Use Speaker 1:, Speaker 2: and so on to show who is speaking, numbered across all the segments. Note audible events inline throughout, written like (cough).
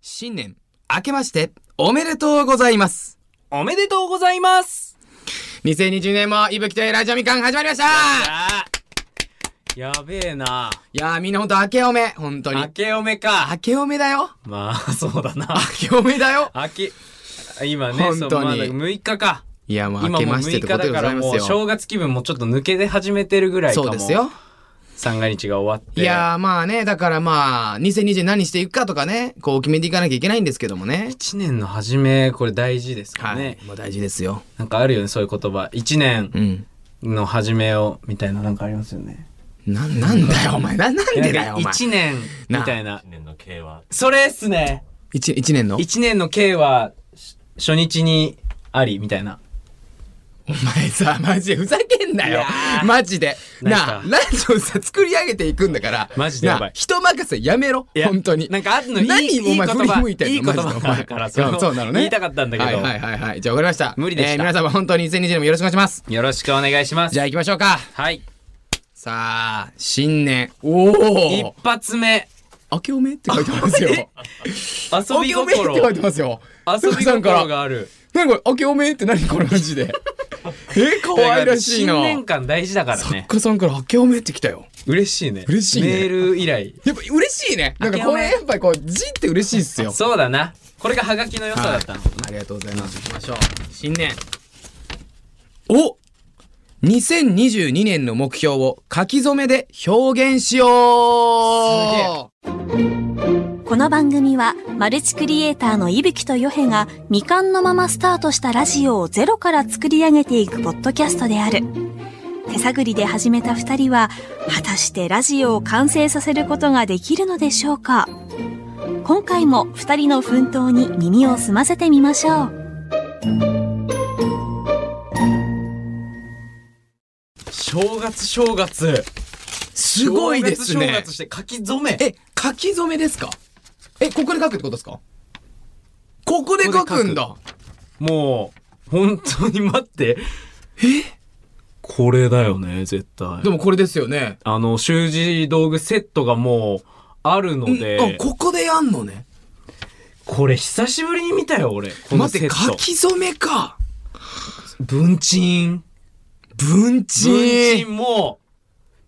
Speaker 1: 新年、明けまして、おめでとうございます。
Speaker 2: おめでとうございます
Speaker 1: 2020年も、いぶきとエラジャミ感始まりました
Speaker 2: やべえな。
Speaker 1: いやーみんなほんと明けおめ、ほんとに。
Speaker 2: 明
Speaker 1: 明
Speaker 2: けおめか。
Speaker 1: けおめだよ。
Speaker 2: まあ、そうだな。
Speaker 1: 明けおめだよ。
Speaker 2: 明け、今ね、
Speaker 1: 本当に
Speaker 2: そうまだ6日か。
Speaker 1: いや、もう明
Speaker 2: 今
Speaker 1: け
Speaker 2: もう
Speaker 1: まし
Speaker 2: 6
Speaker 1: て
Speaker 2: 日
Speaker 1: ってことでご
Speaker 2: だか
Speaker 1: ざ
Speaker 2: ら
Speaker 1: いま
Speaker 2: も
Speaker 1: す
Speaker 2: う
Speaker 1: よ。
Speaker 2: 正月気分もちょっと抜けて始めてるぐらいかも。
Speaker 1: そうです。よ。
Speaker 2: 三が日が終わって。
Speaker 1: いやーまあね、だからまあ、2020何していくかとかね、こう決めていかなきゃいけないんですけどもね。
Speaker 2: 1年の初め、これ大事ですから
Speaker 1: はい。
Speaker 2: ね。
Speaker 1: もう大事ですよ。
Speaker 2: なんかあるよね、そういう言葉。1年
Speaker 1: うん。
Speaker 2: の初めを、みたいななんかありますよね。
Speaker 1: な、なんだよ、お前。な、なんでだよ、お前。
Speaker 2: 1年、みたいな。
Speaker 3: 年の計は
Speaker 2: それっすね。
Speaker 1: 一一年の
Speaker 2: 1年の刑は、し初日にあり、みたいな。
Speaker 1: お前さ、マジでふざけんないよ
Speaker 2: や。ー
Speaker 1: マジで。な
Speaker 2: な
Speaker 1: あ、
Speaker 2: ん
Speaker 1: ラジオさ、作り上げていくんだから。
Speaker 2: マジでやばい
Speaker 1: なあ人任せやめろ。
Speaker 2: いや
Speaker 1: 本当に。
Speaker 2: なんかあるのいい
Speaker 1: 何お前
Speaker 2: いい
Speaker 1: 振
Speaker 2: 言
Speaker 1: り
Speaker 2: 葉
Speaker 1: 向いてんの
Speaker 2: いい言葉
Speaker 1: マジでお前
Speaker 2: だからそれを
Speaker 1: うんそうなのね。
Speaker 2: 言いたかったんだけど
Speaker 1: はいはいはいはい。じゃあわかりました。
Speaker 2: 無理でした
Speaker 1: えー皆様本当に2020年もよろしくお願いします。
Speaker 2: よろしくお願いします。
Speaker 1: じゃあ行きましょうか。
Speaker 2: はい。
Speaker 1: さあ、新年。おお
Speaker 2: 一発目。
Speaker 1: 明けおめって書いてます
Speaker 2: (laughs)
Speaker 1: よ。
Speaker 2: 遊
Speaker 1: 明
Speaker 2: び
Speaker 1: けおめって
Speaker 2: 心。
Speaker 1: 書いてますよ。
Speaker 2: 遊び
Speaker 1: さんから
Speaker 2: 心。がある。
Speaker 1: 何これ、明けおめって何これマジ
Speaker 2: (laughs)
Speaker 1: で。え、可愛らしいな。
Speaker 2: 新年間大事だから
Speaker 1: 作
Speaker 2: ね。
Speaker 1: 家さんから明けおめってきたよ。
Speaker 2: 嬉しいね。
Speaker 1: 嬉しいね
Speaker 2: メール以来。
Speaker 1: やっぱ嬉しいね。なんかこれやっぱりこう字って嬉しいっすよ。
Speaker 2: そうだな。これがハガキの良さだったの。
Speaker 1: ありがとうございます。行きましょう。新年。お !2022 年の目標を書き初めで表現しよう
Speaker 4: この番組はマルチクリエイターの伊吹とヨヘが未完のままスタートしたラジオをゼロから作り上げていくポッドキャストである手探りで始めた二人は果たしてラジオを完成させることができるのでしょうか今回も二人の奮闘に耳を澄ませてみましょう
Speaker 2: 正月正月。
Speaker 1: すごいです
Speaker 2: 正
Speaker 1: ね
Speaker 2: 月正月。して書き初め。
Speaker 1: え、書き初めですかえ、ここで書くってことですかここで書くんだ。
Speaker 2: もう、本当に待って。えこれだよね、絶対
Speaker 1: で。もこれですよね。
Speaker 2: あの、習字道具セットがもう、あるの
Speaker 1: うんあ
Speaker 2: で、
Speaker 1: ここでやんのね。
Speaker 2: これ久しぶりに見たよ、俺。この
Speaker 1: 待っ
Speaker 2: セ
Speaker 1: て、
Speaker 2: ッ
Speaker 1: 書。
Speaker 2: ト
Speaker 1: き初めか。
Speaker 2: 文鎮。
Speaker 1: 文鎮。
Speaker 2: 文鎮も、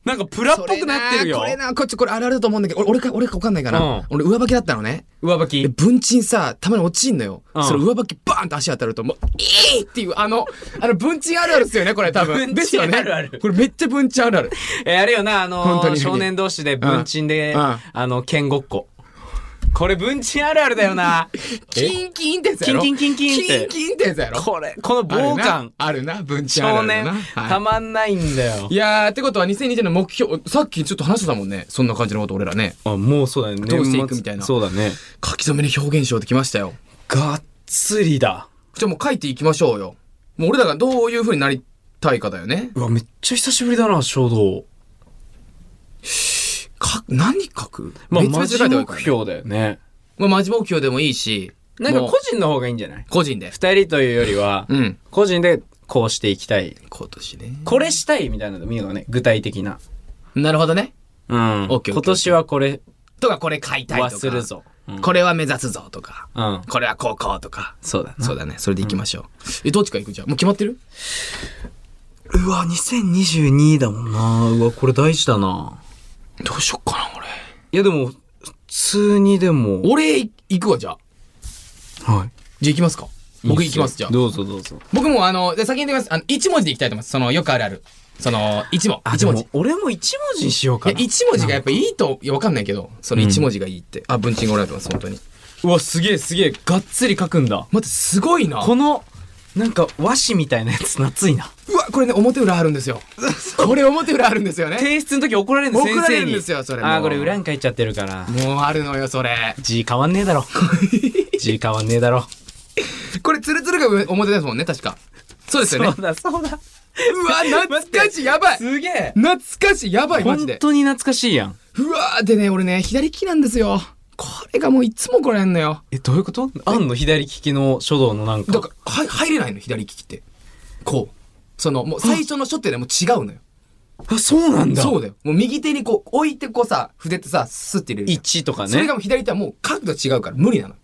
Speaker 2: なんか
Speaker 1: (laughs)
Speaker 2: プラっぽくなってるよ
Speaker 1: そ。れなこれなこっちこれあるあるだと思うんだけど俺俺か俺か分かんないかな、
Speaker 2: うん
Speaker 1: 俺上履きだったのね
Speaker 2: 上履
Speaker 1: で
Speaker 2: き。
Speaker 1: 文鎮さたまに落ちんのよ、
Speaker 2: うん
Speaker 1: その上履きバーンと足当たるともう「いい!」っていうあ
Speaker 2: (laughs)
Speaker 1: のあの文鎮あるあるっすよねこれ多分
Speaker 2: 文鎮
Speaker 1: ですよね
Speaker 2: あるある
Speaker 1: これめっちゃ文鎮あるある
Speaker 2: え、あれよな、あ
Speaker 1: 本
Speaker 2: の
Speaker 1: 当に
Speaker 2: 少年同士で文鎮で、
Speaker 1: うんうん
Speaker 2: あの、剣ごっこ。これ文鎮あるある
Speaker 1: (laughs)
Speaker 2: だよな。
Speaker 1: キンキンってやつやろ
Speaker 2: キンキンキンキンって
Speaker 1: キンキンってやつやろ
Speaker 2: これ、この
Speaker 1: ある
Speaker 2: 棒
Speaker 1: な
Speaker 2: 感。
Speaker 1: あるな文鎮あるあ
Speaker 2: 少
Speaker 1: るだ
Speaker 2: 年、
Speaker 1: な、はい
Speaker 2: たまんないんだよ
Speaker 1: い。やーってことは2020年の目標さっきちょっと話してたもんねそんな感じのこと俺らね
Speaker 2: あ、もうそうだね。
Speaker 1: どうしていく
Speaker 2: 年末
Speaker 1: みたいな
Speaker 2: そうだね。
Speaker 1: 書き初めに表現しようってきましたよ
Speaker 2: がっつりだ。
Speaker 1: じゃあもう書いていきましょうよもう俺らがどういう風になりたいかだよね
Speaker 2: うわ、めっちゃ久しぶりだな、衝動。
Speaker 1: か、何書く
Speaker 2: まあ、
Speaker 1: 別々
Speaker 2: マ
Speaker 1: で
Speaker 2: ジ
Speaker 1: 書いてあるか
Speaker 2: 目
Speaker 1: らね
Speaker 2: 標だよね。
Speaker 1: まあ、マジ目標でもいいし、
Speaker 2: なんか
Speaker 1: もう
Speaker 2: 個人の方がいいんじゃない
Speaker 1: 個人で。
Speaker 2: 二人というよりは、
Speaker 1: うん。
Speaker 2: 個人でこうしていきたい。
Speaker 1: 今年ね。
Speaker 2: これしたいみたいなのもいいのね、具体的な。
Speaker 1: なるほどね。
Speaker 2: うん。
Speaker 1: オッケーオッケー
Speaker 2: 今年はこれ
Speaker 1: とか、これ書いたいと
Speaker 2: は
Speaker 1: か。
Speaker 2: するぞ。うん
Speaker 1: これは目指すぞとか。
Speaker 2: うん。
Speaker 1: これは高校とか。
Speaker 2: そうだな。
Speaker 1: そうだね。それで行きましょう。え、どっちか行くじゃん。もう決まってる
Speaker 2: うわ、2022だもんな。うわ、これ大事だな。
Speaker 1: どうしよっかな、俺。
Speaker 2: いや、でも、普通にでも。
Speaker 1: 俺、い行くわ、じゃあ。
Speaker 2: はい。
Speaker 1: じゃあ行きますか。僕行きます、じゃあ。
Speaker 2: どうぞどうぞ。
Speaker 1: 僕も、あの、で先に言ってます。あの、一文字で行きたいと思います。その、よくあるある。その、一問。一文字。い。
Speaker 2: 俺も一文字にしようか
Speaker 1: や、
Speaker 2: な。
Speaker 1: 一文字がやっぱいいと、いや、わかんないけど、その一文字がいいって。あ、文鎮がおられてます、本当に。
Speaker 2: うわ、すげえすげえ。がっつり書くんだ。
Speaker 1: 待って、すごいな。
Speaker 2: この、なんか和紙みたいなやつ、懐いな。
Speaker 1: うわ、これね、表裏あるんですよ。これ表裏あるんですよね。
Speaker 2: 提出の時怒られるんです
Speaker 1: 怒られるん
Speaker 2: 先生に
Speaker 1: ですよそれもう
Speaker 2: あーこれ裏に書いちゃってるから
Speaker 1: もうあるのよ、それ。
Speaker 2: 字変わんねえ
Speaker 1: (laughs)
Speaker 2: だろ字変わんねえだろ
Speaker 1: これ、ツルツルが表ですもんね、確か。そうですよね。
Speaker 2: そうだそうだ
Speaker 1: うわ、懐かしい、やばい。
Speaker 2: すげえ
Speaker 1: 懐かしい、やばい、マジ
Speaker 2: 本
Speaker 1: で。
Speaker 2: 当に懐かしいやん
Speaker 1: うわーでね、俺ね、左利きなんですよ。これがもういつもこれやんのよ。
Speaker 2: えどういうことあんの左利きの書道のなんか
Speaker 1: だから、はい入れないの、左利きって。こう。その、もう最初の初手でもう違うのよ。
Speaker 2: あそうなんだ
Speaker 1: そうだよ。もう右手にこう、置いてこうさ、筆ってさ、スッて入れるじゃん。
Speaker 2: 1とかね
Speaker 1: それがもう左手はもう角度違うから無理なの。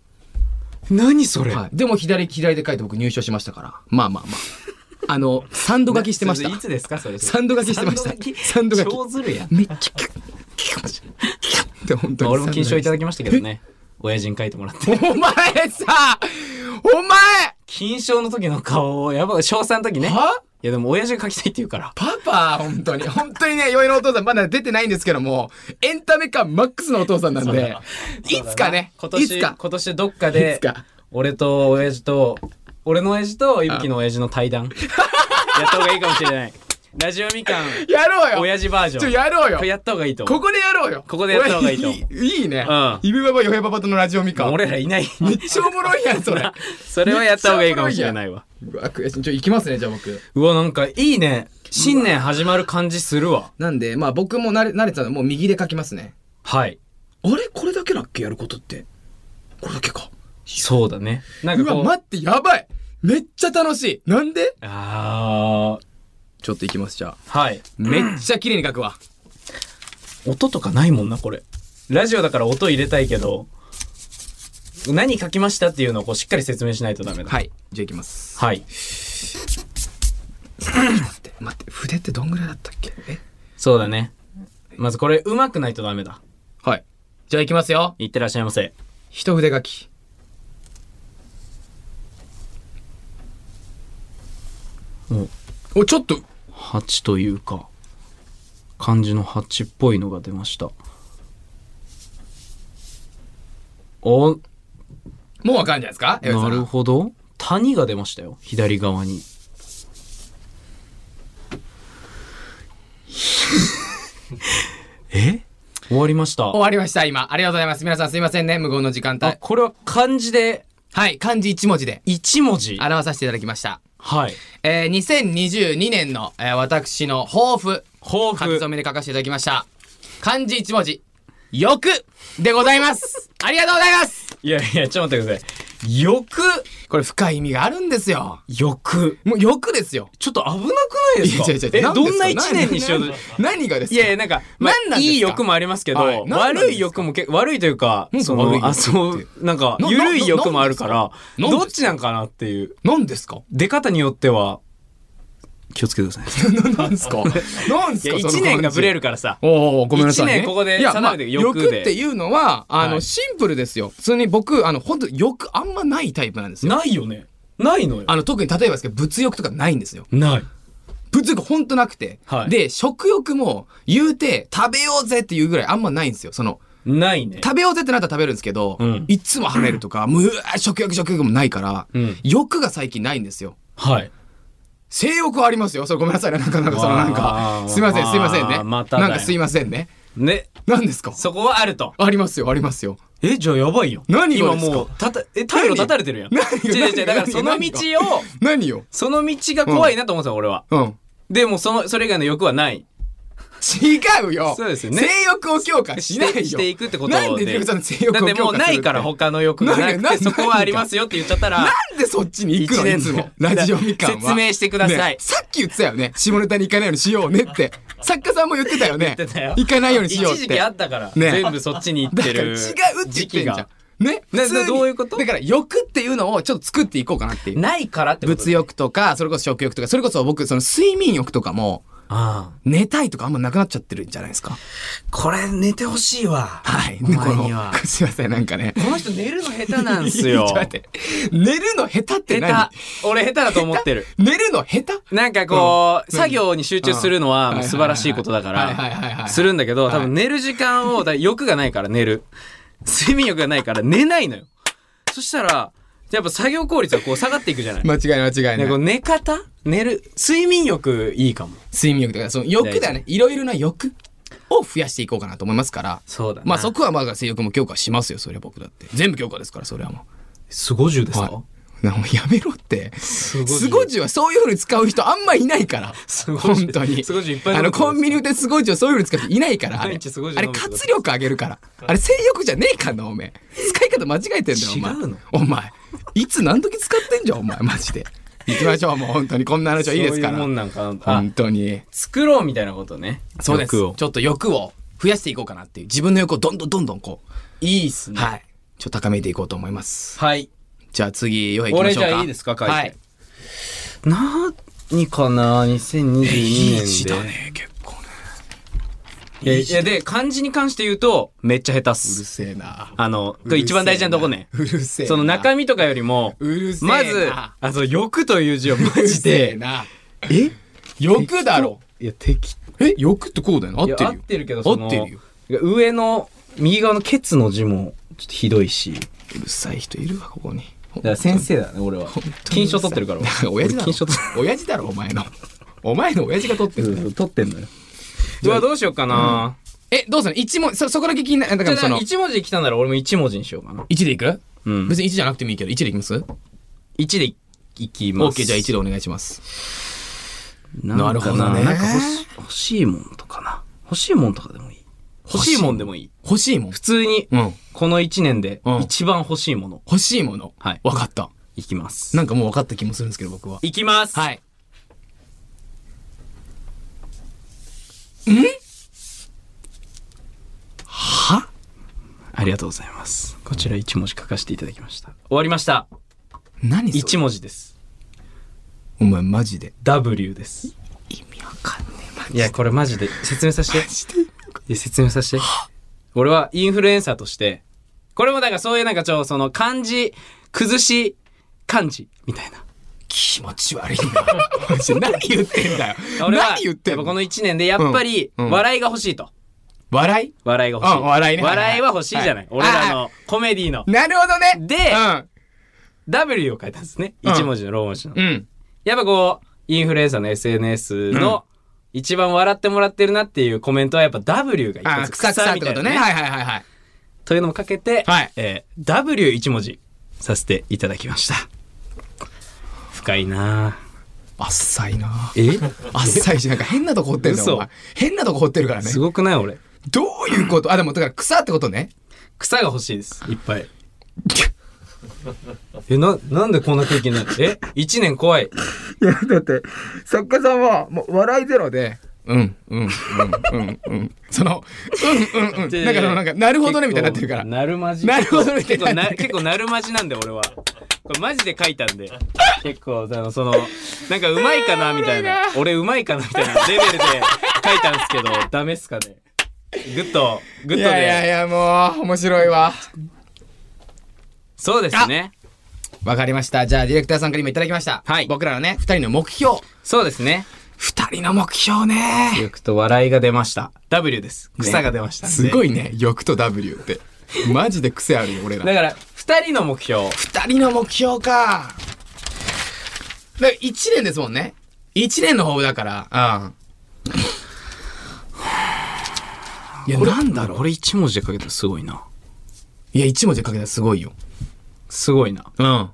Speaker 2: 何それ、
Speaker 1: はい、でも左利き左で書いて僕入賞しましたから。まあまあまあ。あの、サンド書きしてました
Speaker 2: それ。いつですかそれ。
Speaker 1: サンド書きしてました
Speaker 2: サンド書き。
Speaker 1: サンド書き
Speaker 2: 超ずるやん。
Speaker 1: めっちゃキュッ、キュッ、キュッって本当
Speaker 2: まあ
Speaker 1: に。
Speaker 2: 俺も金賞いただきましたけどね。親父に書いてもらって。
Speaker 1: お前さ、お前
Speaker 2: 金賞の時の顔を、やばい、賞賛の時ね。
Speaker 1: はい
Speaker 2: やでも親父が書きたいって言うから。
Speaker 1: パパ、本当に。本当にね、酔いのお父さんまだ出てないんですけども、エンタメ感マックスのお父さんなん
Speaker 2: そうだ
Speaker 1: で
Speaker 2: な、
Speaker 1: いつかね
Speaker 2: 今、
Speaker 1: い
Speaker 2: 年、
Speaker 1: つか、
Speaker 2: 今年どっか
Speaker 1: い
Speaker 2: で
Speaker 1: つ、か。
Speaker 2: 俺と親父と、俺の親父と、いぶきの親父の対談。やった方がいいかもしれない。ラジオみかん、
Speaker 1: やろうよ
Speaker 2: 親父バージ
Speaker 1: ちょ、
Speaker 2: ョン。
Speaker 1: やろうよ
Speaker 2: これやった方がいいと
Speaker 1: こ
Speaker 2: 思う。
Speaker 1: こでやろうよ
Speaker 2: ここでやった方がいいと
Speaker 1: おいいいね
Speaker 2: うん。
Speaker 1: イブババヨヘパパとのラジオみかん。
Speaker 2: 俺らいない。
Speaker 1: めっちゃおもろいやん、そ (laughs) れ。
Speaker 2: それはやった方がいいかもしれないわ。
Speaker 1: うわ、悔しい。ちょ、行きますね、じゃあ僕。
Speaker 2: うわ、なんかいいね。新年始まる感じするわ。
Speaker 1: なんで、まあ僕も慣れ慣れてたのでもう右で書きますね。
Speaker 2: はい。
Speaker 1: あれこれだけだっけやることって。これだけか。
Speaker 2: そうだね。なん
Speaker 1: う
Speaker 2: かこ
Speaker 1: わ、
Speaker 2: う。
Speaker 1: 待って、やばいめっちゃ楽しいなんで
Speaker 2: あ
Speaker 1: ちょっと行きます、じゃあ。
Speaker 2: ー。はい。
Speaker 1: めっちゃ綺麗に書くわ。
Speaker 2: 音とかないもんな、これ。ラジオだから音入れたいけど、何書きましたっていうのをこうしっかり説明しないとダメだ。
Speaker 1: はい。じゃあ行きます。
Speaker 2: はい。
Speaker 1: 待って、待って、筆ってどんぐらいだったっけえ
Speaker 2: そうだね。まずこれ、上手くないとダメだ。
Speaker 1: はい。じゃあ行きますよ。
Speaker 2: いってらっしゃいませ。
Speaker 1: 一筆書き。
Speaker 2: お、
Speaker 1: お、ちょっと、
Speaker 2: 8というか、漢字の8っぽいのが出ました。お、
Speaker 1: もうわかんじゃないですか
Speaker 2: なる
Speaker 1: ど。
Speaker 2: ほど。谷が出ましたよ。左
Speaker 1: (laughs)
Speaker 2: 側に。え終わりました
Speaker 1: 終。わりました、今。ありがとうございます。皆さんすいませんね、無言の時間帯
Speaker 2: あ、。これは漢字で
Speaker 1: はい、漢字一文字で
Speaker 2: 1文字。
Speaker 1: 表させていただきました。
Speaker 2: はい。
Speaker 1: えー、2022年の、えー私の抱負、
Speaker 2: 抱
Speaker 1: 書き
Speaker 2: 負
Speaker 1: 初。めで書かせていただきました。漢字一文字、欲でござい
Speaker 2: (laughs)
Speaker 1: ます。ありがとうございます
Speaker 2: いやいや、ちょっと待ってください。欲、
Speaker 1: これ深い意味があるんですよ。
Speaker 2: 欲。
Speaker 1: もう欲ですよ。
Speaker 2: ちょっと危なくないですか
Speaker 1: いや違う違う何
Speaker 2: え、
Speaker 1: ですか
Speaker 2: どんな1年にしようと
Speaker 1: 何。何がです
Speaker 2: い
Speaker 1: か
Speaker 2: やいや、なんか、まあ
Speaker 1: 何なんですか
Speaker 2: いい欲もありますけど、
Speaker 1: はい何なんですか
Speaker 2: 悪い欲もけ、悪いというか、
Speaker 1: 何です
Speaker 2: そ
Speaker 1: か
Speaker 2: の、
Speaker 1: 悪い欲
Speaker 2: あ、そう
Speaker 1: っ、
Speaker 2: なんか、
Speaker 1: な
Speaker 2: 緩い欲もあるから、
Speaker 1: ななん
Speaker 2: ど
Speaker 1: ですか
Speaker 2: っちなんかなっていう。
Speaker 1: 何ですか
Speaker 2: 出方によっては、気をつけてください。
Speaker 1: 何ですか何で
Speaker 2: い
Speaker 1: す
Speaker 2: や、 (laughs)
Speaker 1: か
Speaker 2: 1年がブレるからさ。
Speaker 1: おおごめんなさい、ね。
Speaker 2: 一年ここで
Speaker 1: いや、
Speaker 2: 定
Speaker 1: まあ、
Speaker 2: めて欲
Speaker 1: 欲
Speaker 2: で
Speaker 1: っていうのは、あの、
Speaker 2: はい
Speaker 1: シンプルですよ。普通に僕、あの、本当欲あんまないタイプなんですよ。
Speaker 2: ないよね。ないのよ。
Speaker 1: あの、特に例えばですけど、物欲とかないんですよ。
Speaker 2: ない。
Speaker 1: 物欲ほんとなくて。
Speaker 2: はい
Speaker 1: で、食欲も、言うて、食べようぜっていうぐらいあんまないんですよ。その、
Speaker 2: ないね。
Speaker 1: 食べようぜってなったら食べるんですけど、
Speaker 2: うん
Speaker 1: いつも跳ねるとか、もう、うわー食欲食欲もないから、
Speaker 2: うん
Speaker 1: 欲が最近ないんですよ。
Speaker 2: はい。
Speaker 1: 性欲はありますよ。それごめんなさいね。なんか、なんか、そのなん
Speaker 2: わ
Speaker 1: か、
Speaker 2: ー
Speaker 1: すいません、すいませんね。
Speaker 2: あーまただ
Speaker 1: な
Speaker 2: よ
Speaker 1: んかすいませんね。
Speaker 2: ね、
Speaker 1: 何ですか
Speaker 2: そこはあると。
Speaker 1: ありますよ、ありますよ。
Speaker 2: え、じゃあやばいよ。
Speaker 1: 何が
Speaker 2: 今
Speaker 1: ですか
Speaker 2: もう、たた、え、退路断たれてるやん。
Speaker 1: 何が
Speaker 2: 違う違う違う、だか
Speaker 1: 何
Speaker 2: ら
Speaker 1: が
Speaker 2: その道
Speaker 1: 何
Speaker 2: を、
Speaker 1: 何よ
Speaker 2: その道が怖いなと思ってた、俺は。
Speaker 1: うん。
Speaker 2: でも、その、それ以外の欲はない。
Speaker 1: 違うよ
Speaker 2: そうですよね
Speaker 1: 性欲を強化しない
Speaker 2: て
Speaker 1: よ
Speaker 2: していくってこと
Speaker 1: なんでゆうさんの性欲を強化
Speaker 2: だ
Speaker 1: する
Speaker 2: ってもうないから、他の欲がな
Speaker 1: な
Speaker 2: く
Speaker 1: ん
Speaker 2: て、
Speaker 1: で
Speaker 2: そこはありますよって言っちゃったら、
Speaker 1: なんでそっちに行く
Speaker 2: 一
Speaker 1: の
Speaker 2: 年
Speaker 1: いつも
Speaker 2: の。
Speaker 1: ラジオみかんは。
Speaker 2: 説明してください
Speaker 1: ねさっき言ってたよね。下ネタに行かないようにしようね
Speaker 2: (laughs)
Speaker 1: って。作家さんも言ってたよね。
Speaker 2: 言ってたよ
Speaker 1: 行かないようにしようっ
Speaker 2: 一
Speaker 1: て。
Speaker 2: 時期あったから、
Speaker 1: ね
Speaker 2: 全部そっちに行っ
Speaker 1: だか
Speaker 2: て
Speaker 1: ら違う
Speaker 2: る
Speaker 1: って言
Speaker 2: 時
Speaker 1: って
Speaker 2: 期
Speaker 1: んじゃん
Speaker 2: が。。
Speaker 1: ね
Speaker 2: な
Speaker 1: 普通に
Speaker 2: どういうこと
Speaker 1: だから欲っていうのをちょっと作っていこうかな
Speaker 2: (laughs)
Speaker 1: っていう。
Speaker 2: ないからってこと
Speaker 1: 物欲とか、それこそ食欲とか、それこそ僕、その睡眠欲とかも、
Speaker 2: ああ。
Speaker 1: 寝たいとかあんまなくなっちゃってるんじゃないですか。
Speaker 2: これ寝てほしいわ。
Speaker 1: はい。
Speaker 2: お前には
Speaker 1: この (laughs) すいません、なんかね。
Speaker 2: この人寝るの下手なんす
Speaker 1: (laughs) ちょ
Speaker 2: よ
Speaker 1: っ。と待って。寝るの下手って何
Speaker 2: 下手。俺下手だと思ってる。
Speaker 1: (laughs) 寝るの下手
Speaker 2: なんかこう、作業に集中するのはもう素晴らしいことだか
Speaker 1: はいはいはいはいはいはい
Speaker 2: ら、するんだけど、
Speaker 1: はい
Speaker 2: 多分寝る時間を、だから欲がないから寝る。睡眠欲がないから寝ないのよ。そしたら、やっぱ作業効率がこう下がっていくじゃない。
Speaker 1: 間違いない間違い
Speaker 2: ねこ
Speaker 1: な
Speaker 2: う
Speaker 1: い。
Speaker 2: 寝方寝る。睡眠欲いいかも。
Speaker 1: 睡眠欲とか、その欲だよね。いろいろな欲を増やしていこうかなと思いますから。
Speaker 2: そうだな
Speaker 1: まあそこはまあ性欲も強化しますよ、それは僕だって。全部強化ですから、それはも
Speaker 2: すごじゅうで
Speaker 1: う。はい。なもうやめろって。
Speaker 2: す
Speaker 1: スゴジュはそういうふうに使う人あんまいないから。
Speaker 2: すご
Speaker 1: 本
Speaker 2: じゅう
Speaker 1: 当に。
Speaker 2: すごじゅういっぱい
Speaker 1: あ
Speaker 2: 飲んで
Speaker 1: の、
Speaker 2: ます
Speaker 1: コンビニでスゴジュをそういうふうに使う人いないから。あれ、
Speaker 2: 毎日スゴジュ
Speaker 1: あれ
Speaker 2: 飲んでます
Speaker 1: 活力上げるから。あれ、性欲じゃねえかな、おめえ。使い方間違えてんだよ、お前。
Speaker 2: 違うの
Speaker 1: お前。いつ何時使ってんじゃん、お前、マジで。行きましょう、もう本当に。こんな話はいいですから。
Speaker 2: そういうもんなんかなあ
Speaker 1: 本当に。
Speaker 2: 作ろうみたいなことね。
Speaker 1: そうです。ち
Speaker 2: 欲
Speaker 1: ょ
Speaker 2: を
Speaker 1: っと欲を増やしていこうかなっていう。自分の欲をどんどんどんどんこう。
Speaker 2: いいっすね。
Speaker 1: はい。ちょっと高めていこうと思います。
Speaker 2: はい。
Speaker 1: じゃあ次、ヨヘ行きま
Speaker 2: 俺
Speaker 1: しょ
Speaker 2: じ
Speaker 1: うか。
Speaker 2: ゃあいいですか書いて。
Speaker 1: はい。
Speaker 2: 何かな2022年で。
Speaker 1: いい字だね、結構ね。
Speaker 2: いやいや、で、漢字に関して言うと、めっちゃ下手
Speaker 1: う
Speaker 2: っ
Speaker 1: る
Speaker 2: す。
Speaker 1: せえな。
Speaker 2: あの、これ一番大事なとこね。
Speaker 1: うるせえな。
Speaker 2: その中身とかよりも、
Speaker 1: うるせえな
Speaker 2: まず、あの、欲という字をマ
Speaker 1: うる
Speaker 2: ジ
Speaker 1: せえ
Speaker 2: で。
Speaker 1: な。
Speaker 2: え
Speaker 1: 欲だろ。
Speaker 2: いや、適
Speaker 1: え、欲ってこうだよね。合
Speaker 2: いや
Speaker 1: ってるよ。
Speaker 2: 合ってるけど、その
Speaker 1: 合ってるよ。
Speaker 2: 上の、右側のケツの字も、ちょっとひどいし。
Speaker 1: うるさい人いるわ、ここに。
Speaker 2: だから先生だね、俺は。金賞取ってるから、俺
Speaker 1: (laughs) 親父だろ
Speaker 2: 俺金賞取っ。
Speaker 1: 親父だろ、お前の。お前の親父が取って
Speaker 2: て
Speaker 1: る。
Speaker 2: る。取ってんのよ。うわ、どうしようかな。
Speaker 1: え、どうする一文字、そ、そこだけ気になる。だ
Speaker 2: じ
Speaker 1: か
Speaker 2: ゃ
Speaker 1: らそ
Speaker 2: あ、
Speaker 1: の、
Speaker 2: 1文字来たなら俺も1文字にしようかな。
Speaker 1: 1でいく
Speaker 2: うん
Speaker 1: 別に1じゃなくてもいいけど、1でいきます ?OK、
Speaker 2: 1でいいき
Speaker 1: オ
Speaker 2: ま
Speaker 1: ッ
Speaker 2: す。
Speaker 1: ケーじゃあ1でお願いします。
Speaker 2: なんか
Speaker 1: なるほどね
Speaker 2: なんか欲し欲しいもんとかな。欲しいもんとかでもいい。欲しいもんでもいい。
Speaker 1: 欲しいもん
Speaker 2: 普。通に
Speaker 1: う、ん。
Speaker 2: この1年で
Speaker 1: うん
Speaker 2: 一番欲しいもの、
Speaker 1: 欲しいもの。
Speaker 2: はい
Speaker 1: わかった。
Speaker 2: いきます。
Speaker 1: なんかもう分かった気もするんですけど、僕は。
Speaker 2: いきます。
Speaker 1: はい。
Speaker 2: ありがとうございます。こちら1文字書かせていただきました。終わりました。
Speaker 1: 何そ
Speaker 2: 1
Speaker 1: れ
Speaker 2: 文字です。
Speaker 1: お前マジで。
Speaker 2: W です。
Speaker 1: 意味わかんねえ、マジ
Speaker 2: いや、これマジで説明させて。
Speaker 1: で。
Speaker 2: いや説明させて。俺はインフルエンサーとして、これもなんかそういうなんかちょ、その漢字、崩し、漢字、みたいな。
Speaker 1: 気持ち悪いな。マジで (laughs) 何言ってんだよ。
Speaker 2: 俺は、
Speaker 1: 何言って
Speaker 2: や
Speaker 1: ん
Speaker 2: っぱ
Speaker 1: の
Speaker 2: この1年でやっぱり、
Speaker 1: うんうん
Speaker 2: 笑いが欲しいと。
Speaker 1: 笑い
Speaker 2: 笑いが欲しい。
Speaker 1: うん笑いね
Speaker 2: 笑いは欲しいじゃない。
Speaker 1: はい
Speaker 2: 俺らのコメディの。
Speaker 1: なるほどね。
Speaker 2: で、W を書いたんですね。
Speaker 1: うん
Speaker 2: 1文字のローマ字の。
Speaker 1: うん。うん。
Speaker 2: やっぱこう、インフルエンサーの SNS の、一番笑ってもらってるなっていうコメントはやっぱ W が一
Speaker 1: あ
Speaker 2: 発
Speaker 1: ー、草草ってことね。
Speaker 2: いな
Speaker 1: はいはいはいはい。
Speaker 2: というのもかけて、
Speaker 1: はい
Speaker 2: えー W 一文字させていただきました。深いな
Speaker 1: 浅いな
Speaker 2: え
Speaker 1: 浅いし、なんか変なとこ掘ってるんだよ、
Speaker 2: 嘘
Speaker 1: お前。変なとこ掘ってるからね
Speaker 2: す。ごくない俺。
Speaker 1: どういうことあ、でも、だから草ってことね。
Speaker 2: 草が欲しいです。いっぱい。え、な、なんでこんな空気になってえ一年怖い。
Speaker 1: いや、だって、作家さんは、もう、笑いゼロで、うん、うん、うん、うん、うん。その、うん、うん、うん。なんか、その、なんか、なるほどね、みたいになってるから。
Speaker 2: なるまじ。
Speaker 1: なるほどね
Speaker 2: 結構な、
Speaker 1: みたい
Speaker 2: 結構なるまじなんで、俺は。これマジで書いたんで。 (laughs) 結構、あの、その、なんかうまいかな、みたいな。俺うまいかな、みたいなレベルで書いたんですけど、 (laughs) ダメっすかね。グッと、グッ
Speaker 1: い
Speaker 2: と
Speaker 1: やいやい
Speaker 2: で。
Speaker 1: や、もう、面白いわ。
Speaker 2: そうですね。
Speaker 1: わかりました。じゃあ、ディレクターさんから今いただきました。
Speaker 2: はい
Speaker 1: 僕らのね、二人の目標。
Speaker 2: そうですね。
Speaker 1: 二人の目標ね。
Speaker 2: よくと笑いが出ました。W です。草が出ましたんで。
Speaker 1: すごいね、欲と W って。マジで癖あるよ、俺ら
Speaker 2: だ。から、二人の目標。
Speaker 1: 二人の目標か。だから一年ですもんね。一年の方だから。うん。いや、なんだろう。
Speaker 2: これ一文字で書けたらすごいな。
Speaker 1: いや、一文字かけたらすごいよ。
Speaker 2: すごいな。
Speaker 1: うん。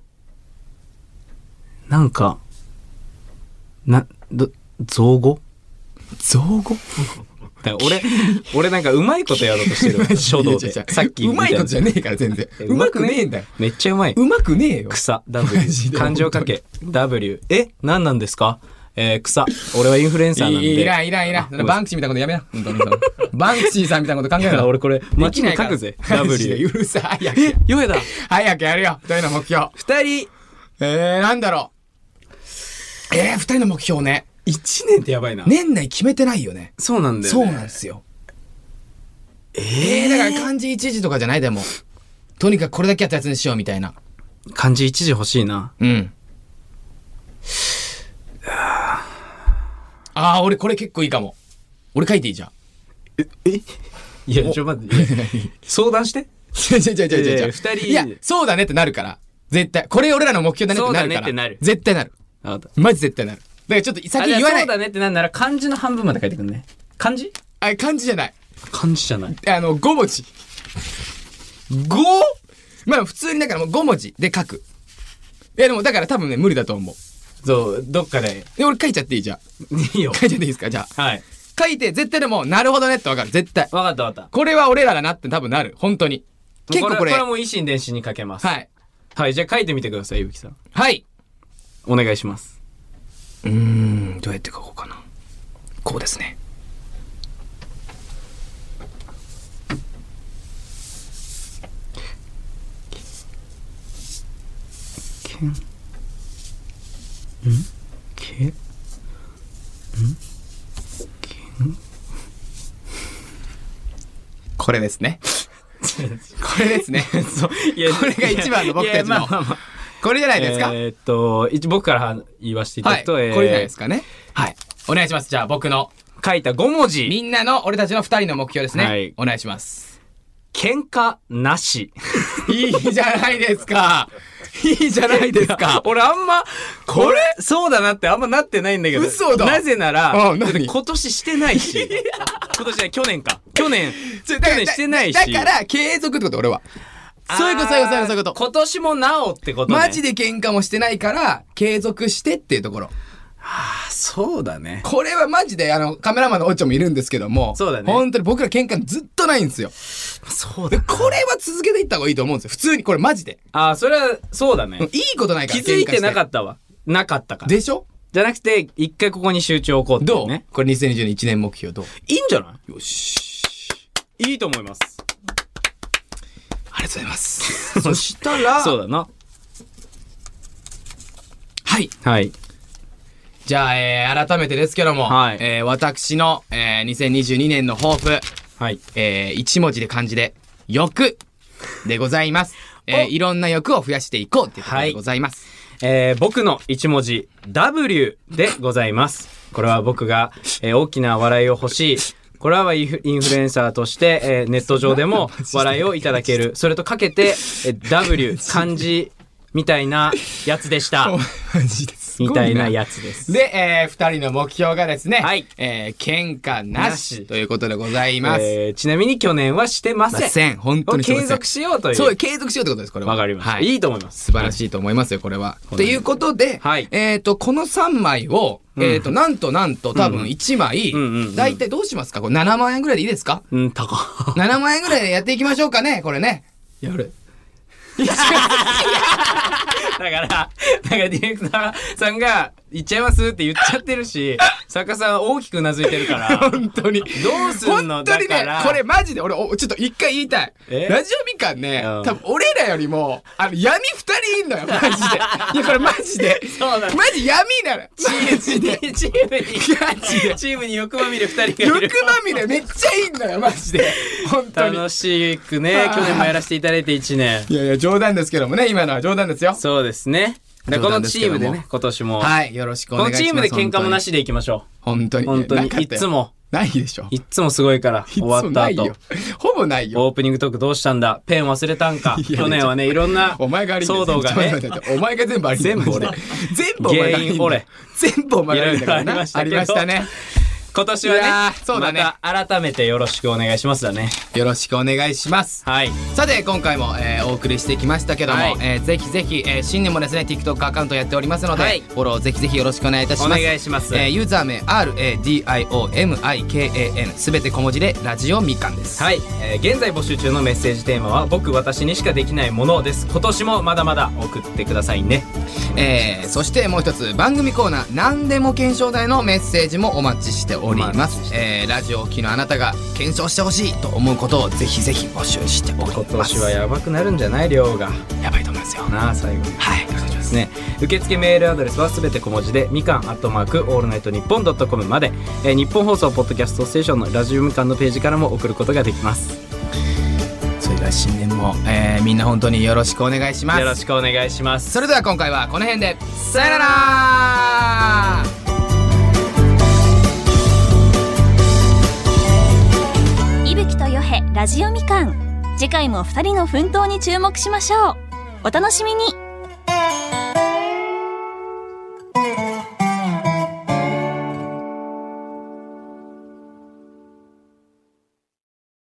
Speaker 2: なんか、な、ど、造語
Speaker 1: 造語
Speaker 2: だから俺、俺なんかうまいことやろうとし
Speaker 1: (laughs)
Speaker 2: てる。書道で。さっき
Speaker 1: うまいことじゃ
Speaker 2: ね
Speaker 1: ねえから、全然。 (laughs) うまくねえんだよ。。
Speaker 2: めっちゃうまい。
Speaker 1: うまくねえよ。
Speaker 2: 草、
Speaker 1: マジ (laughs)
Speaker 2: W。
Speaker 1: で
Speaker 2: 漢字を書け、W。え何なんですかえー、草。俺はインフルエンサーなんで。
Speaker 1: いらんいらんいらん。そのバンクシーみたいなことやめな。本当にそのバンクシーさんみたいなこと考え
Speaker 2: だから
Speaker 1: ろ。
Speaker 2: 俺これ、
Speaker 1: で
Speaker 2: 間
Speaker 1: きな
Speaker 2: 違
Speaker 1: (laughs) い
Speaker 2: い書
Speaker 1: から
Speaker 2: くぜ。
Speaker 1: マジで
Speaker 2: W。
Speaker 1: うるさい。早
Speaker 2: え
Speaker 1: く、
Speaker 2: ヨエだ。
Speaker 1: 早くやるよ。二人の目標。
Speaker 2: 二人、
Speaker 1: えー、なんだろう。えー、二人の目標ね。
Speaker 2: 一年ってやばいな。
Speaker 1: 年内決めてないよね。
Speaker 2: そうなんだよ。
Speaker 1: そうなんですよ。えー、だから漢字一字とかじゃないでも。とにかくこれだけやったやつにしようみたいな。
Speaker 2: 漢字一字欲しいな。
Speaker 1: うん。あー、俺これ結構いいかも。俺書いていいじゃん。
Speaker 2: いや、ちょ、待って。
Speaker 1: (laughs)
Speaker 2: 相談して。
Speaker 1: 違う違う違う違う違う。
Speaker 2: いやいや (laughs) 二人
Speaker 1: いや、そうだねってなるから。絶対。これ俺らの目標だねってなるから。
Speaker 2: そうだねってなる
Speaker 1: 絶対なる。
Speaker 2: あわかった。
Speaker 1: マジ絶対なる。だからちょっと先
Speaker 2: あじゃあ
Speaker 1: 言わな
Speaker 2: そう
Speaker 1: い。
Speaker 2: だねってなんなら漢字の半分まで書いてくんね。漢字
Speaker 1: あ、漢字じゃない。
Speaker 2: 漢字じゃない。
Speaker 1: あの、5文字。5? まあ普通にだからもう5文字で書く。いやでもだから多分ね、無理だと思う。
Speaker 2: そう、どっかで。
Speaker 1: で、俺書いちゃっていいじゃん。
Speaker 2: いいよ。
Speaker 1: 書いちゃっていいですかじゃあ。
Speaker 2: (laughs) はい。
Speaker 1: 書いて絶対でも、なるほどねってわかる。絶対。
Speaker 2: わかったわかっ
Speaker 1: これは俺らだなって多分なる。本当に。
Speaker 2: た。
Speaker 1: 結構これ。
Speaker 2: これはもう維心伝心にかけます。。
Speaker 1: はいい。
Speaker 2: はい、じゃあ書いてみてください、ゆうきさん。
Speaker 1: はい。
Speaker 2: お願いします。
Speaker 1: うーん、どうやって書こうかな。こうですね。
Speaker 2: けんんけんん
Speaker 1: これですね。これ
Speaker 2: (laughs)
Speaker 1: ですね。そう。
Speaker 2: いや
Speaker 1: これが一番の僕たちの
Speaker 2: いやまあまあまあ
Speaker 1: これじゃないですか。
Speaker 2: えーっと一僕から言わせていた
Speaker 1: は
Speaker 2: だ
Speaker 1: い。
Speaker 2: く、
Speaker 1: ことれ
Speaker 2: えー
Speaker 1: じゃないですかね。はい。お願いします。じゃあ僕の、
Speaker 2: 書いた5文字
Speaker 1: みんなの俺たちの二人の目標ですね。
Speaker 2: はい
Speaker 1: お願いします。
Speaker 2: 喧嘩なし
Speaker 1: いいじゃないです
Speaker 2: (laughs)
Speaker 1: か。いいじゃないですか。
Speaker 2: 俺あんまこれそうだなってあんまなってないんだけど
Speaker 1: 嘘だ
Speaker 2: なぜなら
Speaker 1: あ何
Speaker 2: だって今年してな
Speaker 1: (laughs)
Speaker 2: いし今年じゃない去年か去年去年してないし
Speaker 1: だから、継続ってこと、俺は。そういうこと、そういうこと、そういうこと。
Speaker 2: 今年もなおってことね
Speaker 1: マジ
Speaker 2: で
Speaker 1: で喧嘩もしてないから、継続してっていうところ。
Speaker 2: そうだね
Speaker 1: これはマジで、あの、カメラマンのオッチョもいるんですけども、
Speaker 2: そうだね
Speaker 1: 本当に僕ら喧嘩ずっとないんですよ。
Speaker 2: そうだ
Speaker 1: これは続けていった方がいいと思うんですよ。普通に、これマジで。
Speaker 2: あーそれはそうだね
Speaker 1: うんいいことないか
Speaker 2: 気
Speaker 1: ら
Speaker 2: づいてなか
Speaker 1: た。
Speaker 2: ったわなかったから
Speaker 1: でしょ
Speaker 2: じゃなくて一回ここに集中を置こうってい
Speaker 1: ど
Speaker 2: う
Speaker 1: う、
Speaker 2: ね
Speaker 1: これ2020年1年目標ど
Speaker 2: いいんじゃな
Speaker 1: うよし。
Speaker 2: いいいと思います
Speaker 1: ありがとうございます。そしたら、
Speaker 2: (laughs) そうだな
Speaker 1: はい。
Speaker 2: はい
Speaker 1: じゃあ、えー改めてですけども、
Speaker 2: はい
Speaker 1: えー私の、えー2022年の抱負、
Speaker 2: はい
Speaker 1: えー一文字で漢字で、欲でございます。えー
Speaker 2: お
Speaker 1: いろんな欲を増やしていこうっていうこと
Speaker 2: は
Speaker 1: で
Speaker 2: い
Speaker 1: ございます。
Speaker 2: えー僕の一文字 W でございます。これは僕が、えー大きな笑いを欲しい。これはインフインフルエンサーとして、えーネット上
Speaker 1: (laughs)
Speaker 2: でも笑いをいただける。それとかけて、えー W 漢字みたいなやつでした。
Speaker 1: マジです
Speaker 2: みたいなや
Speaker 1: つ。
Speaker 2: つです。
Speaker 1: で、えー二人の目標がですね、
Speaker 2: はい
Speaker 1: えー喧嘩な
Speaker 2: な
Speaker 1: し
Speaker 2: し
Speaker 1: ということでございます。
Speaker 2: えーちなみに去年はしてません。
Speaker 1: ません本当にしてません
Speaker 2: 継続しようという。
Speaker 1: そう、継続しようってことです、これは。
Speaker 2: わかりました。、
Speaker 1: はいい
Speaker 2: いと思います。
Speaker 1: 素晴らしいと思いますよ、これは。ということで、
Speaker 2: はい
Speaker 1: えっ、と、この3枚を、えっ、と、なんとなんと多分1枚、
Speaker 2: うんうんうん
Speaker 1: だいたいどうしますかこれ7万円ぐらいでいいですか
Speaker 2: う
Speaker 1: (laughs)
Speaker 2: ん、高。
Speaker 1: ?7 万円ぐらいでやっていきましょうかね、これね。
Speaker 2: やる。だから、なんかディレクターさんが、行っちゃいますって言っちゃってるし、作家さんは大きくうなずいてるから、
Speaker 1: (laughs)
Speaker 2: ど
Speaker 1: 本当に。
Speaker 2: うすんの
Speaker 1: 本当に
Speaker 2: だか
Speaker 1: ね
Speaker 2: ら、
Speaker 1: これマジで俺、おちょっと一回言いたい。
Speaker 2: え
Speaker 1: ラジオみかんね、
Speaker 2: うん
Speaker 1: 多分俺らよりも、あの、闇二人いんの
Speaker 2: (laughs)
Speaker 1: よ、マジで。いや、これマジで。
Speaker 2: そうなの
Speaker 1: マジ闇なの。
Speaker 2: (laughs)
Speaker 1: マジで。
Speaker 2: チームに、
Speaker 1: ガチで
Speaker 2: チームに欲まみれ二人がい
Speaker 1: 欲
Speaker 2: る。
Speaker 1: まみれめっちゃいいんだよ、マジで。本当に。
Speaker 2: 楽しくね、去年もやらせていただいて1年。
Speaker 1: いやいや、冗談ですけどもね、今のは冗談ですよ。
Speaker 2: そうですね。だからこのチー
Speaker 1: 冗談
Speaker 2: ムで
Speaker 1: ですけども
Speaker 2: ね、今年も。
Speaker 1: はい、よろしくお
Speaker 2: こ
Speaker 1: 願いしま
Speaker 2: の
Speaker 1: す。
Speaker 2: チームで喧嘩もな
Speaker 1: し。
Speaker 2: しでいきましょ
Speaker 1: 本当
Speaker 2: う。
Speaker 1: に。
Speaker 2: 本当に。
Speaker 1: なかっ
Speaker 2: い
Speaker 1: たよ
Speaker 2: つ。も、
Speaker 1: ないでしょ。
Speaker 2: いつもすごいから、終わ
Speaker 1: いつも
Speaker 2: った
Speaker 1: ない
Speaker 2: 後
Speaker 1: よ。。ほぼないよ。
Speaker 2: オープニングトークどうしたんだペン忘れたんか
Speaker 1: や
Speaker 2: 去年はねいろんな
Speaker 1: (laughs) お前が悪いんだよ
Speaker 2: 騒動が
Speaker 1: ちょっ
Speaker 2: ね
Speaker 1: と待って待ってお前が全部悪いんだよ。
Speaker 2: 全部俺
Speaker 1: マジで。全部お前が悪いんだよ
Speaker 2: 原因俺。
Speaker 1: 全部お前が悪いんだから
Speaker 2: いろい
Speaker 1: な。
Speaker 2: ろ
Speaker 1: あ
Speaker 2: あ
Speaker 1: り
Speaker 2: り
Speaker 1: ま
Speaker 2: ま
Speaker 1: し
Speaker 2: したたけど
Speaker 1: ね。
Speaker 2: 今年
Speaker 1: いや
Speaker 2: はね
Speaker 1: ーそうだね
Speaker 2: また改めてよろしくお願いしますだね
Speaker 1: よろしくお願いします。
Speaker 2: はい
Speaker 1: さて今回も、えーお送りしてきましたけども、
Speaker 2: はい
Speaker 1: えーぜひぜひ、えー新年もですね TikTok アカウントやっておりますので、
Speaker 2: はい
Speaker 1: フォローぜひぜひよろしくお願いいたします
Speaker 2: お願いします
Speaker 1: えーユーザー名 RADIOMIKAN すべて小文字でラジオみかんです
Speaker 2: はい、えー現在募集中のメッセージテーマは「僕私にしかできないもの」です今年もまだまだ送ってくださいね
Speaker 1: えーそしてもう一つ番組コーナー「何でも検証台」のメッセージもお待ちしておりま
Speaker 2: お
Speaker 1: す
Speaker 2: 待ちし、て
Speaker 1: えーラジオを機のあなたが検証してほしいと思うことをぜひぜひ募集しており
Speaker 2: 今
Speaker 1: ます
Speaker 2: 年はやばくなるんじゃない量が
Speaker 1: やばいと思いますよ
Speaker 2: なあ最後に
Speaker 1: はいお願いしま
Speaker 2: ですすね受付メールアドレスはすべて小文字でみかんアットマークオールナイトニッポンドットコムまで、えー日本放送ポッドキャストステーションのラジオみかんのページからも送ることができます
Speaker 1: それでは新年も、えーみんな本当によろしくお願いします
Speaker 2: よろしくお願いします
Speaker 1: それでは今回はこの辺でさよなら
Speaker 4: 伊吹とよへラジオみかん次回も2人の奮闘に注目しましょうお楽しみに